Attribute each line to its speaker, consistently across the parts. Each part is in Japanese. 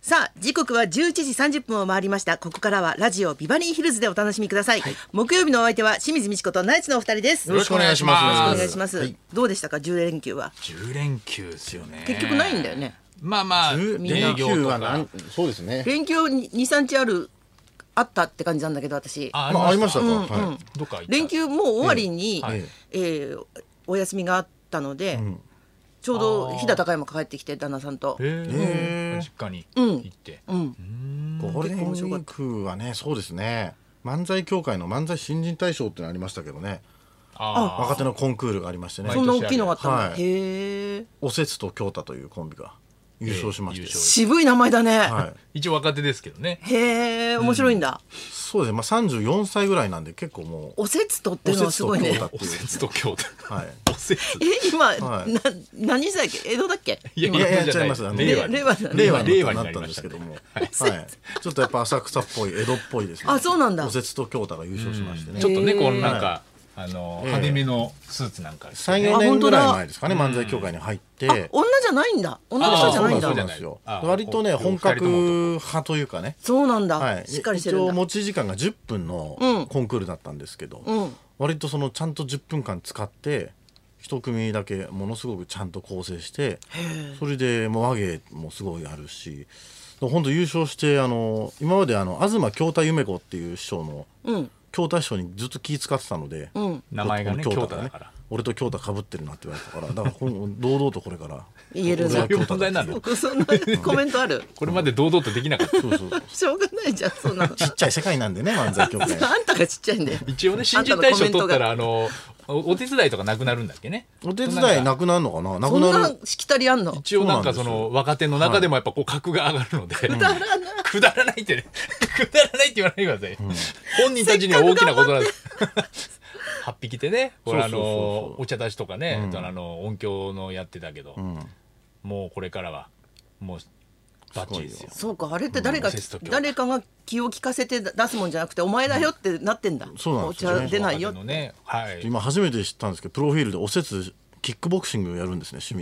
Speaker 1: さあ時刻は11時30分を回りましたここからはラジオビバリーヒルズでお楽しみください、木曜日のお相手は清水美智子とナイツのお二人です
Speaker 2: よろしくお願いします
Speaker 1: お願いします、
Speaker 2: はい
Speaker 1: どうでしたか10連休は
Speaker 3: 10連休ですよね
Speaker 1: 結局ないんだよね
Speaker 3: まあまあ
Speaker 2: 連
Speaker 3: 営業
Speaker 2: 休
Speaker 3: と
Speaker 2: はな
Speaker 3: か
Speaker 2: んそうですね。
Speaker 1: 連休23日あるあったって感じなんだけど私
Speaker 3: あ
Speaker 2: まあありましたか。
Speaker 3: ど
Speaker 2: はい。
Speaker 3: っか行った
Speaker 1: 連休もう終わりに、
Speaker 2: はい
Speaker 1: えーお休みがあったので、ちょうど飛騨高山帰ってきて旦那さんと
Speaker 3: へー実家に行って
Speaker 2: ゴールデンウィークはね、そうですね。漫才協会の漫才新人大賞ってのありましたけどね。
Speaker 3: あ
Speaker 2: 若手のコンクールがありましてね。
Speaker 1: そんな大きいのがあったの、
Speaker 2: はい
Speaker 1: へえ
Speaker 2: おせつと京太というコンビが優勝しまし
Speaker 3: ええ優
Speaker 2: て。
Speaker 3: 勝
Speaker 1: 渋い名前だね、
Speaker 2: はい。
Speaker 3: ー一応若手ですけどね
Speaker 1: へえ面白いんだ、
Speaker 2: そうですね。まあ三十四歳ぐらいなんで結構もう
Speaker 1: おせつとっていうのはすごい
Speaker 2: おせつ
Speaker 1: ね
Speaker 2: と京太
Speaker 3: お節と京都
Speaker 2: はい。
Speaker 3: お節
Speaker 1: え今、
Speaker 2: はい
Speaker 1: な何歳だっけ江戸だっけ
Speaker 3: いや
Speaker 2: いやいや
Speaker 3: 江戸じゃ
Speaker 2: 違いますあの
Speaker 3: な令和に
Speaker 1: 令和だね
Speaker 2: 令和
Speaker 3: 令
Speaker 2: に
Speaker 3: 和
Speaker 2: な
Speaker 3: に
Speaker 2: っ
Speaker 3: なり
Speaker 2: たん
Speaker 3: ま
Speaker 2: で
Speaker 3: し
Speaker 2: すけ
Speaker 3: た
Speaker 2: ど
Speaker 3: ね
Speaker 2: も、はい。ちょっとやっぱ浅草っぽい江戸っぽいですね。
Speaker 1: あそうなんだ
Speaker 2: おせつと京太が優勝しましてね。
Speaker 3: ちょっとね
Speaker 1: へー
Speaker 3: このなんかあの
Speaker 2: ええ
Speaker 3: 派手めのスーツなんか着て
Speaker 2: 三四
Speaker 1: あ
Speaker 2: 年
Speaker 1: 本当
Speaker 2: ぐ
Speaker 1: だ
Speaker 2: らい前ですかね。漫才協会に入って。
Speaker 1: あ女じゃないんだ女の人じゃないん
Speaker 3: あ
Speaker 1: だ
Speaker 2: そう
Speaker 3: そ
Speaker 2: な
Speaker 3: うんじゃ
Speaker 2: で
Speaker 3: ない
Speaker 2: すよ
Speaker 3: あ。
Speaker 2: 割とね
Speaker 3: お
Speaker 2: 本格派というかね。
Speaker 1: そうなんだ、
Speaker 2: はい。
Speaker 1: しっかりしてるん
Speaker 2: 一応
Speaker 1: だ
Speaker 2: 持ち時間が10分
Speaker 1: うん
Speaker 2: のコンクールだったんですけど、
Speaker 1: うん
Speaker 2: 割とそのちゃんと10分間使って一組だけものすごくちゃんと構成して、それでもう和芸もすごいあるし。本当優勝してあの今まであの東京太夢子っていう師匠の
Speaker 1: うん
Speaker 2: 京太師匠にずっと気使ってたので、
Speaker 1: ん
Speaker 3: 名前がね
Speaker 2: 京
Speaker 3: 京
Speaker 2: 太
Speaker 3: 都
Speaker 2: がね
Speaker 3: だから
Speaker 2: 俺と京太かぶってるなって言われたからだからこれ堂々とこれから
Speaker 1: 言えるぞ
Speaker 2: 俺は京太
Speaker 3: そう
Speaker 2: だっ
Speaker 3: いう問
Speaker 2: て
Speaker 3: 題なの
Speaker 1: そんなコメントあ る
Speaker 3: これまで堂々とでき なかった
Speaker 2: そうそう
Speaker 1: しょうがないじゃんそんなの
Speaker 2: ちっちゃい世界なんでね漫才協 会
Speaker 1: あんたがちっちゃいんだよ
Speaker 3: 一応ね新人大賞取ったらあのおお手伝いとかなくなるんだっけね
Speaker 2: お手伝いなくなるのかなな
Speaker 1: そ
Speaker 2: く
Speaker 1: ん
Speaker 2: な
Speaker 1: な
Speaker 2: る
Speaker 1: しきたりあんの
Speaker 3: 一応なんか
Speaker 2: そ
Speaker 3: そ
Speaker 2: うなん
Speaker 3: の若手の中でもやっぱこう格が上がるので、くだらないくだらないってね くだらないって言わないでください、本人たちには大きなことなんです 8匹でねこれ
Speaker 2: そ
Speaker 3: あ
Speaker 2: うそうそうそ
Speaker 3: のお茶出しとかね、あの音響のやってたけど、もうこれからはもうバッチリですよ
Speaker 1: そうかあれって誰
Speaker 3: う
Speaker 1: か
Speaker 3: ん節と教科
Speaker 1: 誰かが気を利かせて出すもんじゃなくてお前だよってなってんだ
Speaker 2: そうなん
Speaker 1: お
Speaker 2: ですよ
Speaker 1: 茶出ないよ
Speaker 3: 若手のねはい
Speaker 2: 今初めて知ったんですけどプロフィールでおせつキックボクシングやるんですね趣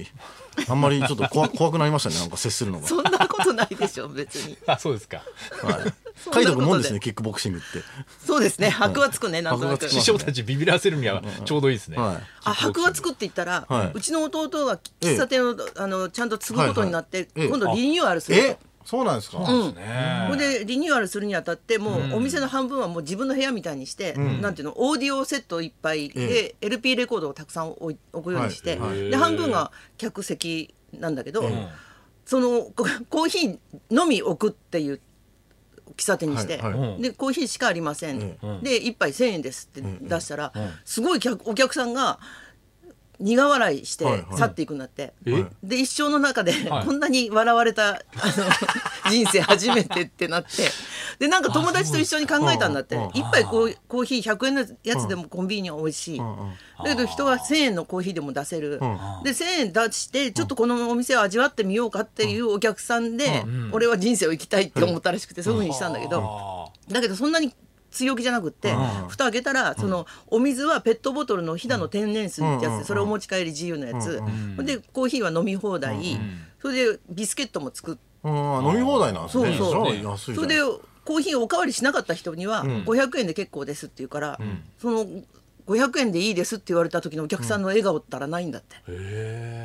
Speaker 2: 味あんまりちょっ と怖怖くなりましたねなんか接するのが、
Speaker 1: そんなことないでしょ別 に
Speaker 3: あそうですか
Speaker 2: はい、
Speaker 1: で
Speaker 2: 書いとくもんですねキックボクシングって
Speaker 1: そうですね箔はつくねなんとな
Speaker 2: 箔
Speaker 1: く
Speaker 2: はつき
Speaker 3: 師
Speaker 2: ます
Speaker 3: 匠たちビビらせるにはちょうどいいですね、
Speaker 2: はい
Speaker 1: あ箔はつくって言ったら、
Speaker 2: はいう
Speaker 1: ちの弟が喫茶店を、あのちゃんと継ぐことになって、
Speaker 2: はいはいええ
Speaker 1: 今度リニューアルする
Speaker 2: え
Speaker 1: と。
Speaker 2: そうなんですか、
Speaker 3: そうですね
Speaker 1: ほんでリニューアルするにあたってもうお店の半分はもう自分の部屋みたいにして、なんていうのオーディオセットいっぱいで LP レコードをたくさん置い置くようにして、
Speaker 2: はい
Speaker 1: で半分が客席なんだけど、
Speaker 2: え
Speaker 1: そのココーヒーのみ置くっていう喫茶店にして、
Speaker 2: はい
Speaker 3: はい
Speaker 1: でコーヒーしかありません、
Speaker 3: うん
Speaker 1: で1杯1,000円ですって出したら、
Speaker 3: ん
Speaker 1: すごい客お客さんが苦笑いして
Speaker 2: はいはい
Speaker 1: 去っていくんだって、
Speaker 3: え
Speaker 2: はい
Speaker 1: で一生の中で
Speaker 3: はい
Speaker 1: こんなに笑われた、あ の人生初めてってなってでなんか友達と一緒に考えたんだって
Speaker 2: あそうです
Speaker 1: 一杯コーコーヒー100円のやつでもコンビニは美味しい、
Speaker 2: んうん
Speaker 1: だけど人が1,000円のコーヒーでも出せる、
Speaker 2: ん
Speaker 1: で1,000円出してちょっとこのお店を味わってみようかっていうお客さんで、俺は人生を生きたいって思ったらしくて、そういうふうにしたんだけど。
Speaker 3: あ
Speaker 1: だけどそんなに強気じゃなくって、蓋開けたらそのお水はペットボトルの飛騨の天然水ってやつでそれお持ち帰り自由のやつ、でコーヒーは飲み放題、それでビスケットも作って
Speaker 2: うん飲み放題なんですね
Speaker 1: そうそう
Speaker 2: じゃあ安いじ
Speaker 1: それ
Speaker 2: ゃん
Speaker 1: でコーヒーをおかわりしなかった人には500円で結構ですって言うから、その500円でいいですって言われた時のお客さんの笑顔ったらないんだって、
Speaker 3: ー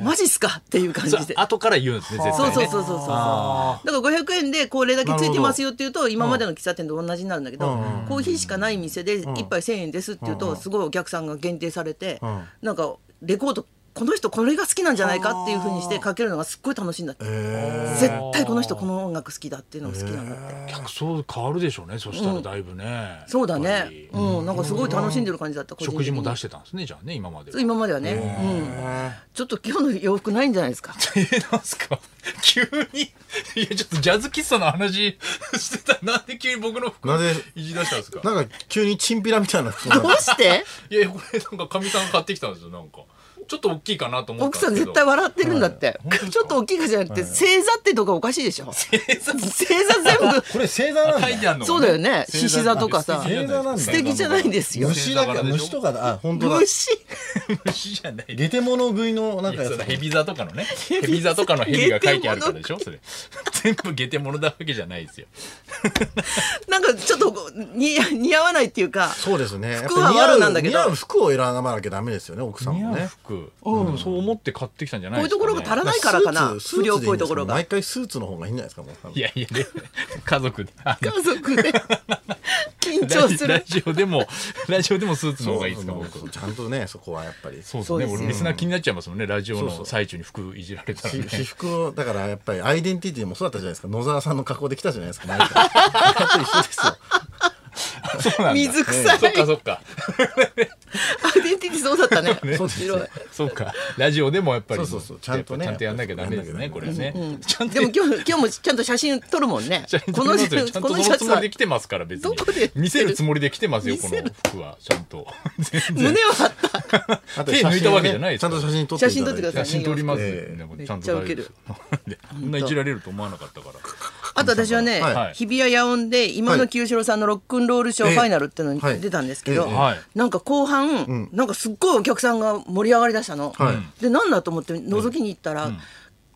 Speaker 3: へ
Speaker 1: マジっすかっていう感
Speaker 3: ー
Speaker 1: じ
Speaker 3: それ
Speaker 1: で。
Speaker 3: 後から言うんですね絶
Speaker 1: そ
Speaker 3: 対
Speaker 1: う
Speaker 3: ね
Speaker 1: そうそうそうそう。だから500円でこれだけついてますよっていうと今までの喫茶店と同じになるんだけど、
Speaker 2: うん
Speaker 1: コーヒーしかない店で1杯1,000円ですっていうと、すごいお客さんが限定されて、
Speaker 2: ん
Speaker 1: なんかレコードこの人これが好きなんじゃないかっていうふうにしてかけるのがすっごい楽しいんだって、
Speaker 2: え
Speaker 1: 絶対この人この音楽好きだっていうのが好きなんだって、
Speaker 3: 客層変わるでしょうねそしたらだいぶね、
Speaker 1: そうだ
Speaker 3: やっぱ
Speaker 1: ね
Speaker 3: り、
Speaker 1: うん、なんかすごい楽しんでる感じだった個人的に
Speaker 3: 食事も出してたんですねじゃあね今まで
Speaker 1: そう今まではね、うん、ちょっと今日の洋服ないんじゃないです か
Speaker 3: えなんすか 急にいやちょっとジャズ喫茶の話 してたなんで急に僕の服
Speaker 2: なぜ
Speaker 3: いじり出したんですか
Speaker 2: なんか急にチンピラみたいな服
Speaker 1: ど
Speaker 2: が
Speaker 1: うして
Speaker 3: いやいやこれなんかかみさん買ってきたんですよなんかちょっと大きいかなと思っ
Speaker 1: 奥
Speaker 3: た
Speaker 1: さん
Speaker 3: んで
Speaker 1: 絶
Speaker 3: すけど
Speaker 1: 対笑ってるんだって、
Speaker 3: 本当ですか
Speaker 1: ちょっと大きいかじゃなくて、星座ってとこおかしいでしょ星座全
Speaker 2: これ星座なんだ
Speaker 3: 書いてあるの
Speaker 1: 部そうだよ ね獅
Speaker 3: 星座
Speaker 1: 子座とかさ
Speaker 2: 星座なんだ
Speaker 1: 素敵じゃないんですよ
Speaker 2: 虫だけ虫とかだあ本当だ
Speaker 1: 虫
Speaker 3: 虫じゃない
Speaker 2: 下手者食いのなん
Speaker 3: い
Speaker 2: か
Speaker 3: や
Speaker 2: や
Speaker 3: そ
Speaker 2: つ
Speaker 3: のヘビ座とかのねヘビ座とかのヘビが書いてあるからでしょそれ 全部下手者だわけじゃないですよ。
Speaker 1: なんかちょっとに似合わないっていうか
Speaker 2: そうですね。
Speaker 1: 服はワルなんだけど
Speaker 2: やっぱ似合う似合う服を選ばなきゃダメですよね、奥さん
Speaker 3: 似合
Speaker 2: も
Speaker 3: う
Speaker 2: ね。
Speaker 3: 服、うん、そう思って買ってきたんじゃな
Speaker 1: こ
Speaker 3: いう
Speaker 1: いう
Speaker 3: です
Speaker 1: ところが足
Speaker 3: ね
Speaker 1: らないからかな
Speaker 2: スーツスーツ
Speaker 1: 不
Speaker 2: でいいん
Speaker 1: 良
Speaker 2: で
Speaker 1: っ
Speaker 2: す
Speaker 1: ぽいところが
Speaker 2: 毎回スーツの方がいいんじゃないですか、もう。
Speaker 3: いやいや、で家族で。あ
Speaker 1: 家族 で緊
Speaker 3: ラ
Speaker 1: 張
Speaker 3: ジ
Speaker 1: す
Speaker 3: ラ
Speaker 1: る
Speaker 3: ジオでも、ラジオでもスーツ
Speaker 2: そ
Speaker 3: の方
Speaker 2: う
Speaker 3: がいいですか、僕。
Speaker 2: そうちゃんとね、そこはやっぱり。
Speaker 3: そうです
Speaker 1: そう
Speaker 3: ね。
Speaker 1: ですよ
Speaker 3: 俺、リスナー気になっちゃいますもんね。ラジオ
Speaker 2: そうそ
Speaker 3: の
Speaker 2: う
Speaker 3: 最中に服いじられたら
Speaker 2: し
Speaker 3: ね。
Speaker 2: 私服をだからやっぱりアイデンティティもそうだったじゃないですか野沢さんの格好で来たじゃないです か毎回やっぱり一緒ですよ
Speaker 3: そうなんだ。
Speaker 1: 水臭い
Speaker 3: そっかそっか。
Speaker 1: アイデンティティそうだった ね面白い
Speaker 3: そうか。ラジオでもやっぱり。
Speaker 2: そうそうそうちゃんとね
Speaker 3: やっぱちゃんとやんなきゃダメですね、
Speaker 2: やっ
Speaker 3: こ
Speaker 2: ぱ
Speaker 3: れね。ちゃんと
Speaker 1: でも今日今日もちゃんと写真撮るもんね
Speaker 3: ちゃんと
Speaker 1: この
Speaker 3: 撮りますよちゃんと
Speaker 1: このシ
Speaker 3: その
Speaker 1: ャ
Speaker 3: つ
Speaker 1: ツ
Speaker 3: もり
Speaker 1: は
Speaker 3: で来てますから別に
Speaker 1: どこで
Speaker 3: 見せるつもりで来てますよ
Speaker 1: 見
Speaker 3: こ
Speaker 1: せる
Speaker 3: の服はちゃんと全
Speaker 1: 胸
Speaker 3: 然
Speaker 1: は張った
Speaker 2: あと
Speaker 3: 手抜いたわけじゃないです
Speaker 2: ちゃんと写真撮って
Speaker 1: 写真撮ってください
Speaker 3: 写真撮りますよ
Speaker 2: え
Speaker 1: え
Speaker 3: ちゃ
Speaker 1: めっ
Speaker 3: んと
Speaker 1: ちゃウケる
Speaker 3: でこんないじられると思わなかったから
Speaker 1: あと私はね、
Speaker 2: はい
Speaker 1: 日比谷野音で今野清志郎さんのロックンロールショーファイナルってのに
Speaker 2: はい
Speaker 1: 出たんですけど、
Speaker 2: ええ
Speaker 3: はい
Speaker 1: なんか後半、
Speaker 2: ん
Speaker 1: なんかすっごいお客さんが盛り上がりだしたの、
Speaker 2: はい
Speaker 1: でなんだと思って覗きに行ったら、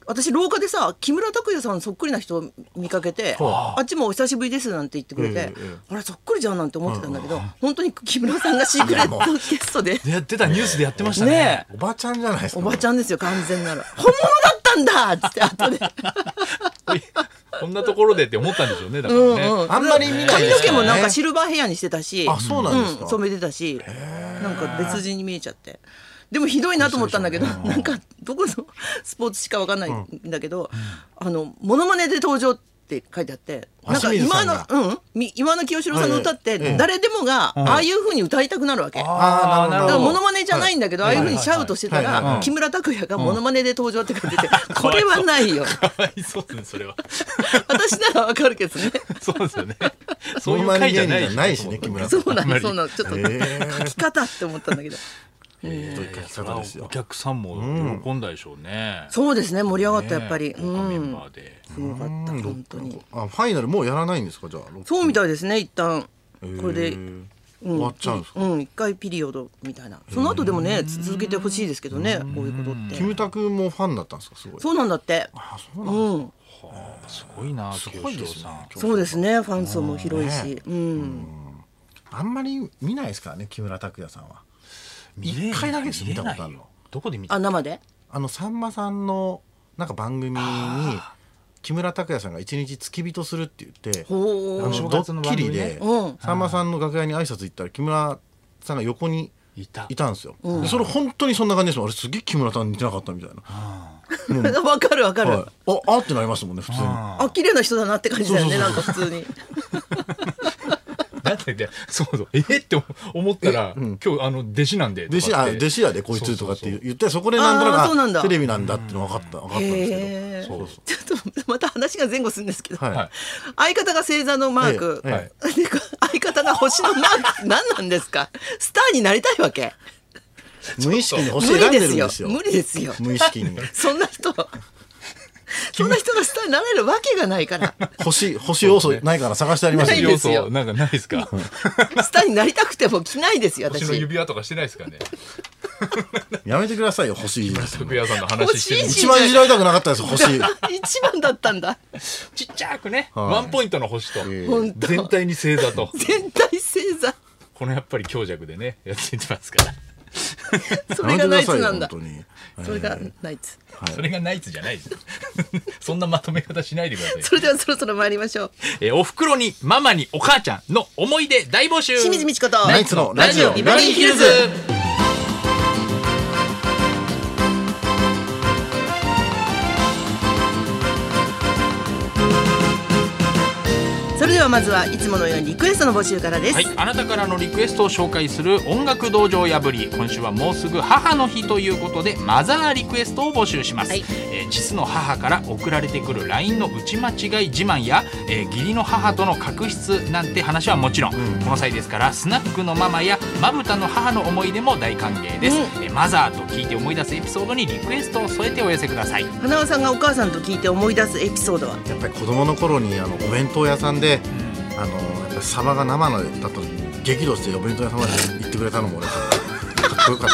Speaker 1: 私廊下でさ木村拓哉さんそっくりな人を見かけて「
Speaker 2: は
Speaker 1: あっちもお久しぶりです」なんて言ってくれて、
Speaker 2: えええ
Speaker 1: あれそっくりじゃんなんて思ってたんだけど、本当に木村さんがシークレットゲストで
Speaker 3: でやってたニュースでやってました
Speaker 1: ね
Speaker 3: ね
Speaker 2: おばちゃんじゃないですか
Speaker 1: おばちゃんですよ完全なる本物だったんだっつって後で
Speaker 3: こんなところでって思ったんでしょうねだか
Speaker 1: うん
Speaker 3: ら
Speaker 1: う
Speaker 3: ね、
Speaker 1: ん
Speaker 2: あんまり見ない
Speaker 1: 髪
Speaker 2: で
Speaker 1: の
Speaker 2: す
Speaker 1: 毛
Speaker 2: よね
Speaker 1: もなんかシルバーヘアにしてたし
Speaker 2: あそうなんですか
Speaker 1: うん、染めてたしなんか別人に見えちゃってでもひどいなと思ったんだけど、なんかどこのスポーツしかわかんないんだけど、あのモノマネで登場って書いてあって、
Speaker 2: あ
Speaker 1: なんか
Speaker 2: 清水
Speaker 1: 今
Speaker 2: さん
Speaker 1: の
Speaker 2: が
Speaker 1: うんみ今の清志郎さんの歌っ
Speaker 2: は
Speaker 1: て
Speaker 2: いはいええ
Speaker 1: 誰でもがああいう風に歌いたくなるわけ。
Speaker 2: あーなる
Speaker 1: だか
Speaker 2: ほど
Speaker 1: らモノマネじゃないんだけど、
Speaker 2: はい
Speaker 1: ああいう風にシャウトしてたら、
Speaker 2: はいはいはい
Speaker 1: 木村拓哉がモノマネで登場って書いてて、これはない よ。
Speaker 3: かわいそうですねそれは
Speaker 1: 私ならわかるけどね。
Speaker 3: そうです よねそういう回じゃない
Speaker 2: そんなに芸人じゃないしね木村さ
Speaker 1: そ
Speaker 2: ん
Speaker 1: うな
Speaker 3: あんま
Speaker 1: の、
Speaker 3: り
Speaker 1: そうなの、ちょっと
Speaker 2: へ
Speaker 1: 書
Speaker 2: ー
Speaker 1: き方って思ったんだけど。
Speaker 2: という書き方です
Speaker 3: お
Speaker 2: よ
Speaker 3: 客さんも喜んだでしょうね、
Speaker 1: そうですね、盛り上がった、やっぱり。
Speaker 3: ね
Speaker 1: う
Speaker 3: 豪華メン
Speaker 1: ん。
Speaker 3: バーです
Speaker 1: ごかった、本当に。
Speaker 2: あファイナルもうやらないんですかじゃあ
Speaker 1: そうみたいですね、一旦。
Speaker 2: う
Speaker 1: これで。
Speaker 2: 終わっちゃうんですか
Speaker 1: うん、一回ピリオドみたいな。その後でもね、つ続けてほしいですけどね、こういうこと
Speaker 2: キ
Speaker 1: って。
Speaker 2: ムタクもファンだったんですかすごい
Speaker 1: そうなんだって。
Speaker 2: あそう
Speaker 1: う
Speaker 2: なんだ
Speaker 1: ん、
Speaker 3: すごいな
Speaker 2: すごいです
Speaker 3: 清志郎さん
Speaker 2: ね
Speaker 1: そうですね、ファン層も広いし。うん。
Speaker 2: あんまり見ないですからね木村拓哉さんは
Speaker 3: 見れない
Speaker 2: 一回だけですよ見たことあるの
Speaker 3: 見れないよどこで見た
Speaker 1: あ、生で。
Speaker 2: あのさんまさんのなんか番組に木村拓哉さんが一日付き人するって言ってあ
Speaker 1: ほ
Speaker 2: の
Speaker 1: う。
Speaker 3: 正
Speaker 2: ド
Speaker 3: 月の
Speaker 2: ッ
Speaker 3: 番
Speaker 2: キ
Speaker 3: 組
Speaker 2: リ
Speaker 3: ね
Speaker 2: で
Speaker 1: うん
Speaker 2: さんまさんの楽屋に挨拶行ったら木村さんが横に
Speaker 3: いた
Speaker 2: いたんですよ、でそれ本当にそんな感じですもんあれすげえ木村さんに似てなかったみたいな、
Speaker 1: わかるわかる。
Speaker 2: はい、ああってなりますもんね普通に
Speaker 1: あ、綺麗な人だなって感じだよね、
Speaker 2: そう
Speaker 1: な
Speaker 2: そ
Speaker 1: ん
Speaker 2: う
Speaker 1: か普通に。
Speaker 3: なんででそうそうえーって思ったら、今日あの弟子なんで
Speaker 2: 弟子あ弟子やでこいつとかって言ってそこでなんと
Speaker 1: あーそうなん
Speaker 2: なく
Speaker 1: だ
Speaker 2: あテレビなんだっての分かった分かったん
Speaker 1: へ
Speaker 2: で
Speaker 1: え。
Speaker 2: す
Speaker 1: ち
Speaker 2: け
Speaker 1: ょ
Speaker 2: ど
Speaker 1: っとまた話が前後するんですけど。
Speaker 2: はい、
Speaker 3: はい
Speaker 1: 相方が星座のマーク、
Speaker 2: ええ
Speaker 1: でこう相方が星のマーク何なんですかスターになりたいわけ
Speaker 2: 無意識に
Speaker 1: 無
Speaker 2: 星
Speaker 1: 理
Speaker 2: 選んで
Speaker 1: で
Speaker 2: るん
Speaker 1: すよ
Speaker 2: ですよ
Speaker 1: 無理ですよ
Speaker 2: 無意識 に
Speaker 1: そんな人そんな人がスターになれるわけがないから
Speaker 2: 星星要素ないから探してあります
Speaker 1: ない
Speaker 2: よ
Speaker 1: で
Speaker 3: 要
Speaker 1: すよ
Speaker 3: 素なんかないですか
Speaker 1: スターになりたくても着ないですよ
Speaker 3: 私の
Speaker 1: 私
Speaker 3: 指輪とかしてないですかね
Speaker 2: やめてくださいよ 星
Speaker 3: 徳屋さんの話してる
Speaker 1: 欲しい
Speaker 2: 一番いじられたくなかったです 星
Speaker 1: 一番だったんだ
Speaker 3: ちっちゃくね、
Speaker 2: はい
Speaker 3: ワンポイントの星と、
Speaker 2: え
Speaker 1: 本当
Speaker 3: 全体に星座と、
Speaker 1: 全体星座
Speaker 3: このやっぱり強弱でね、やっていってますから。
Speaker 1: それがナイツ
Speaker 2: や
Speaker 1: な
Speaker 2: め
Speaker 1: ん
Speaker 2: て
Speaker 1: だ
Speaker 2: くさいよ本当
Speaker 1: そ
Speaker 2: に
Speaker 1: れがナイツ
Speaker 3: それがナイツじゃないですよ。 そんなまとめ方しないでくださいよ。
Speaker 1: それではそろそろ参りましょう
Speaker 3: えーお袋に、ママに、お母ちゃんの思い出大募集
Speaker 1: 清水美智子と
Speaker 2: ナイツの
Speaker 3: ラジオビバリーヒルズ
Speaker 1: それではまずはいつものようにリクエストの募集からです、
Speaker 3: はい、あなたからのリクエストを紹介する音楽道場破り今週はもうすぐ母の日ということでマザーリクエストを募集します、
Speaker 1: はい
Speaker 3: えー実の母から送られてくる LINE の打ち間違い自慢や、えー義理の母との確執なんて話はもちろん、この際ですからスナックのママやまぶたの母の思い出も大歓迎です、えーマザーと聞いて思い出すエピソードにリクエストを添えてお寄せください
Speaker 1: 花輪さんがお母さんと聞いて思い出すエピソードは
Speaker 2: やっぱり子供の頃にあのお弁当屋さんで、あのやっぱりサバが生のだと激怒してお弁当屋さんまで行ってくれたのも俺かっこよかっ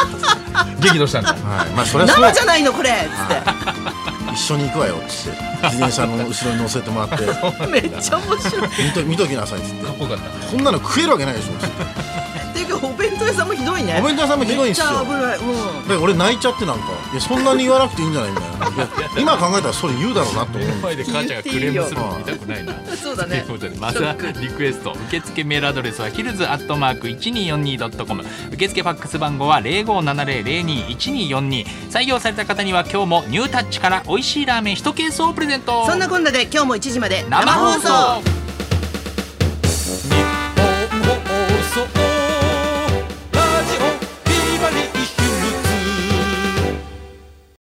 Speaker 2: たです、
Speaker 3: 激怒したんだ
Speaker 2: はい、まあそれはそう
Speaker 1: 生じゃないのこれっつって
Speaker 2: は一緒に行くわよ」っつって自転車の後ろに乗せてもら って
Speaker 1: めっちゃ面白い。
Speaker 2: 「見と見ときなさい」っつって
Speaker 3: かっこよかった
Speaker 2: 「こんなの食えるわけないでしょ」っつって
Speaker 1: ていうかお弁当屋さんもひどいね。
Speaker 2: お弁当屋さんもひどいんすよ
Speaker 1: めっちゃ危ない。うん。
Speaker 2: だから俺泣いちゃってなんか「いやそんなに言わなくていいんじゃない?」みたいな「いや今考えたらそれ言うだろうな」と思
Speaker 3: 目
Speaker 2: う
Speaker 3: の前で母ちゃんがクレームするの見たくないな。
Speaker 1: そうだ
Speaker 3: とい
Speaker 1: ね
Speaker 3: う。ことでまたリクエスト受付メールアドレスはヒルズアットマーク 1242.com 受付ファックス番号は0570021242採用された方には今日もニュータッチから美味しいラーメン1ケースをプレゼント
Speaker 1: そんなこんなで今日も1時まで
Speaker 3: 生放送日本放送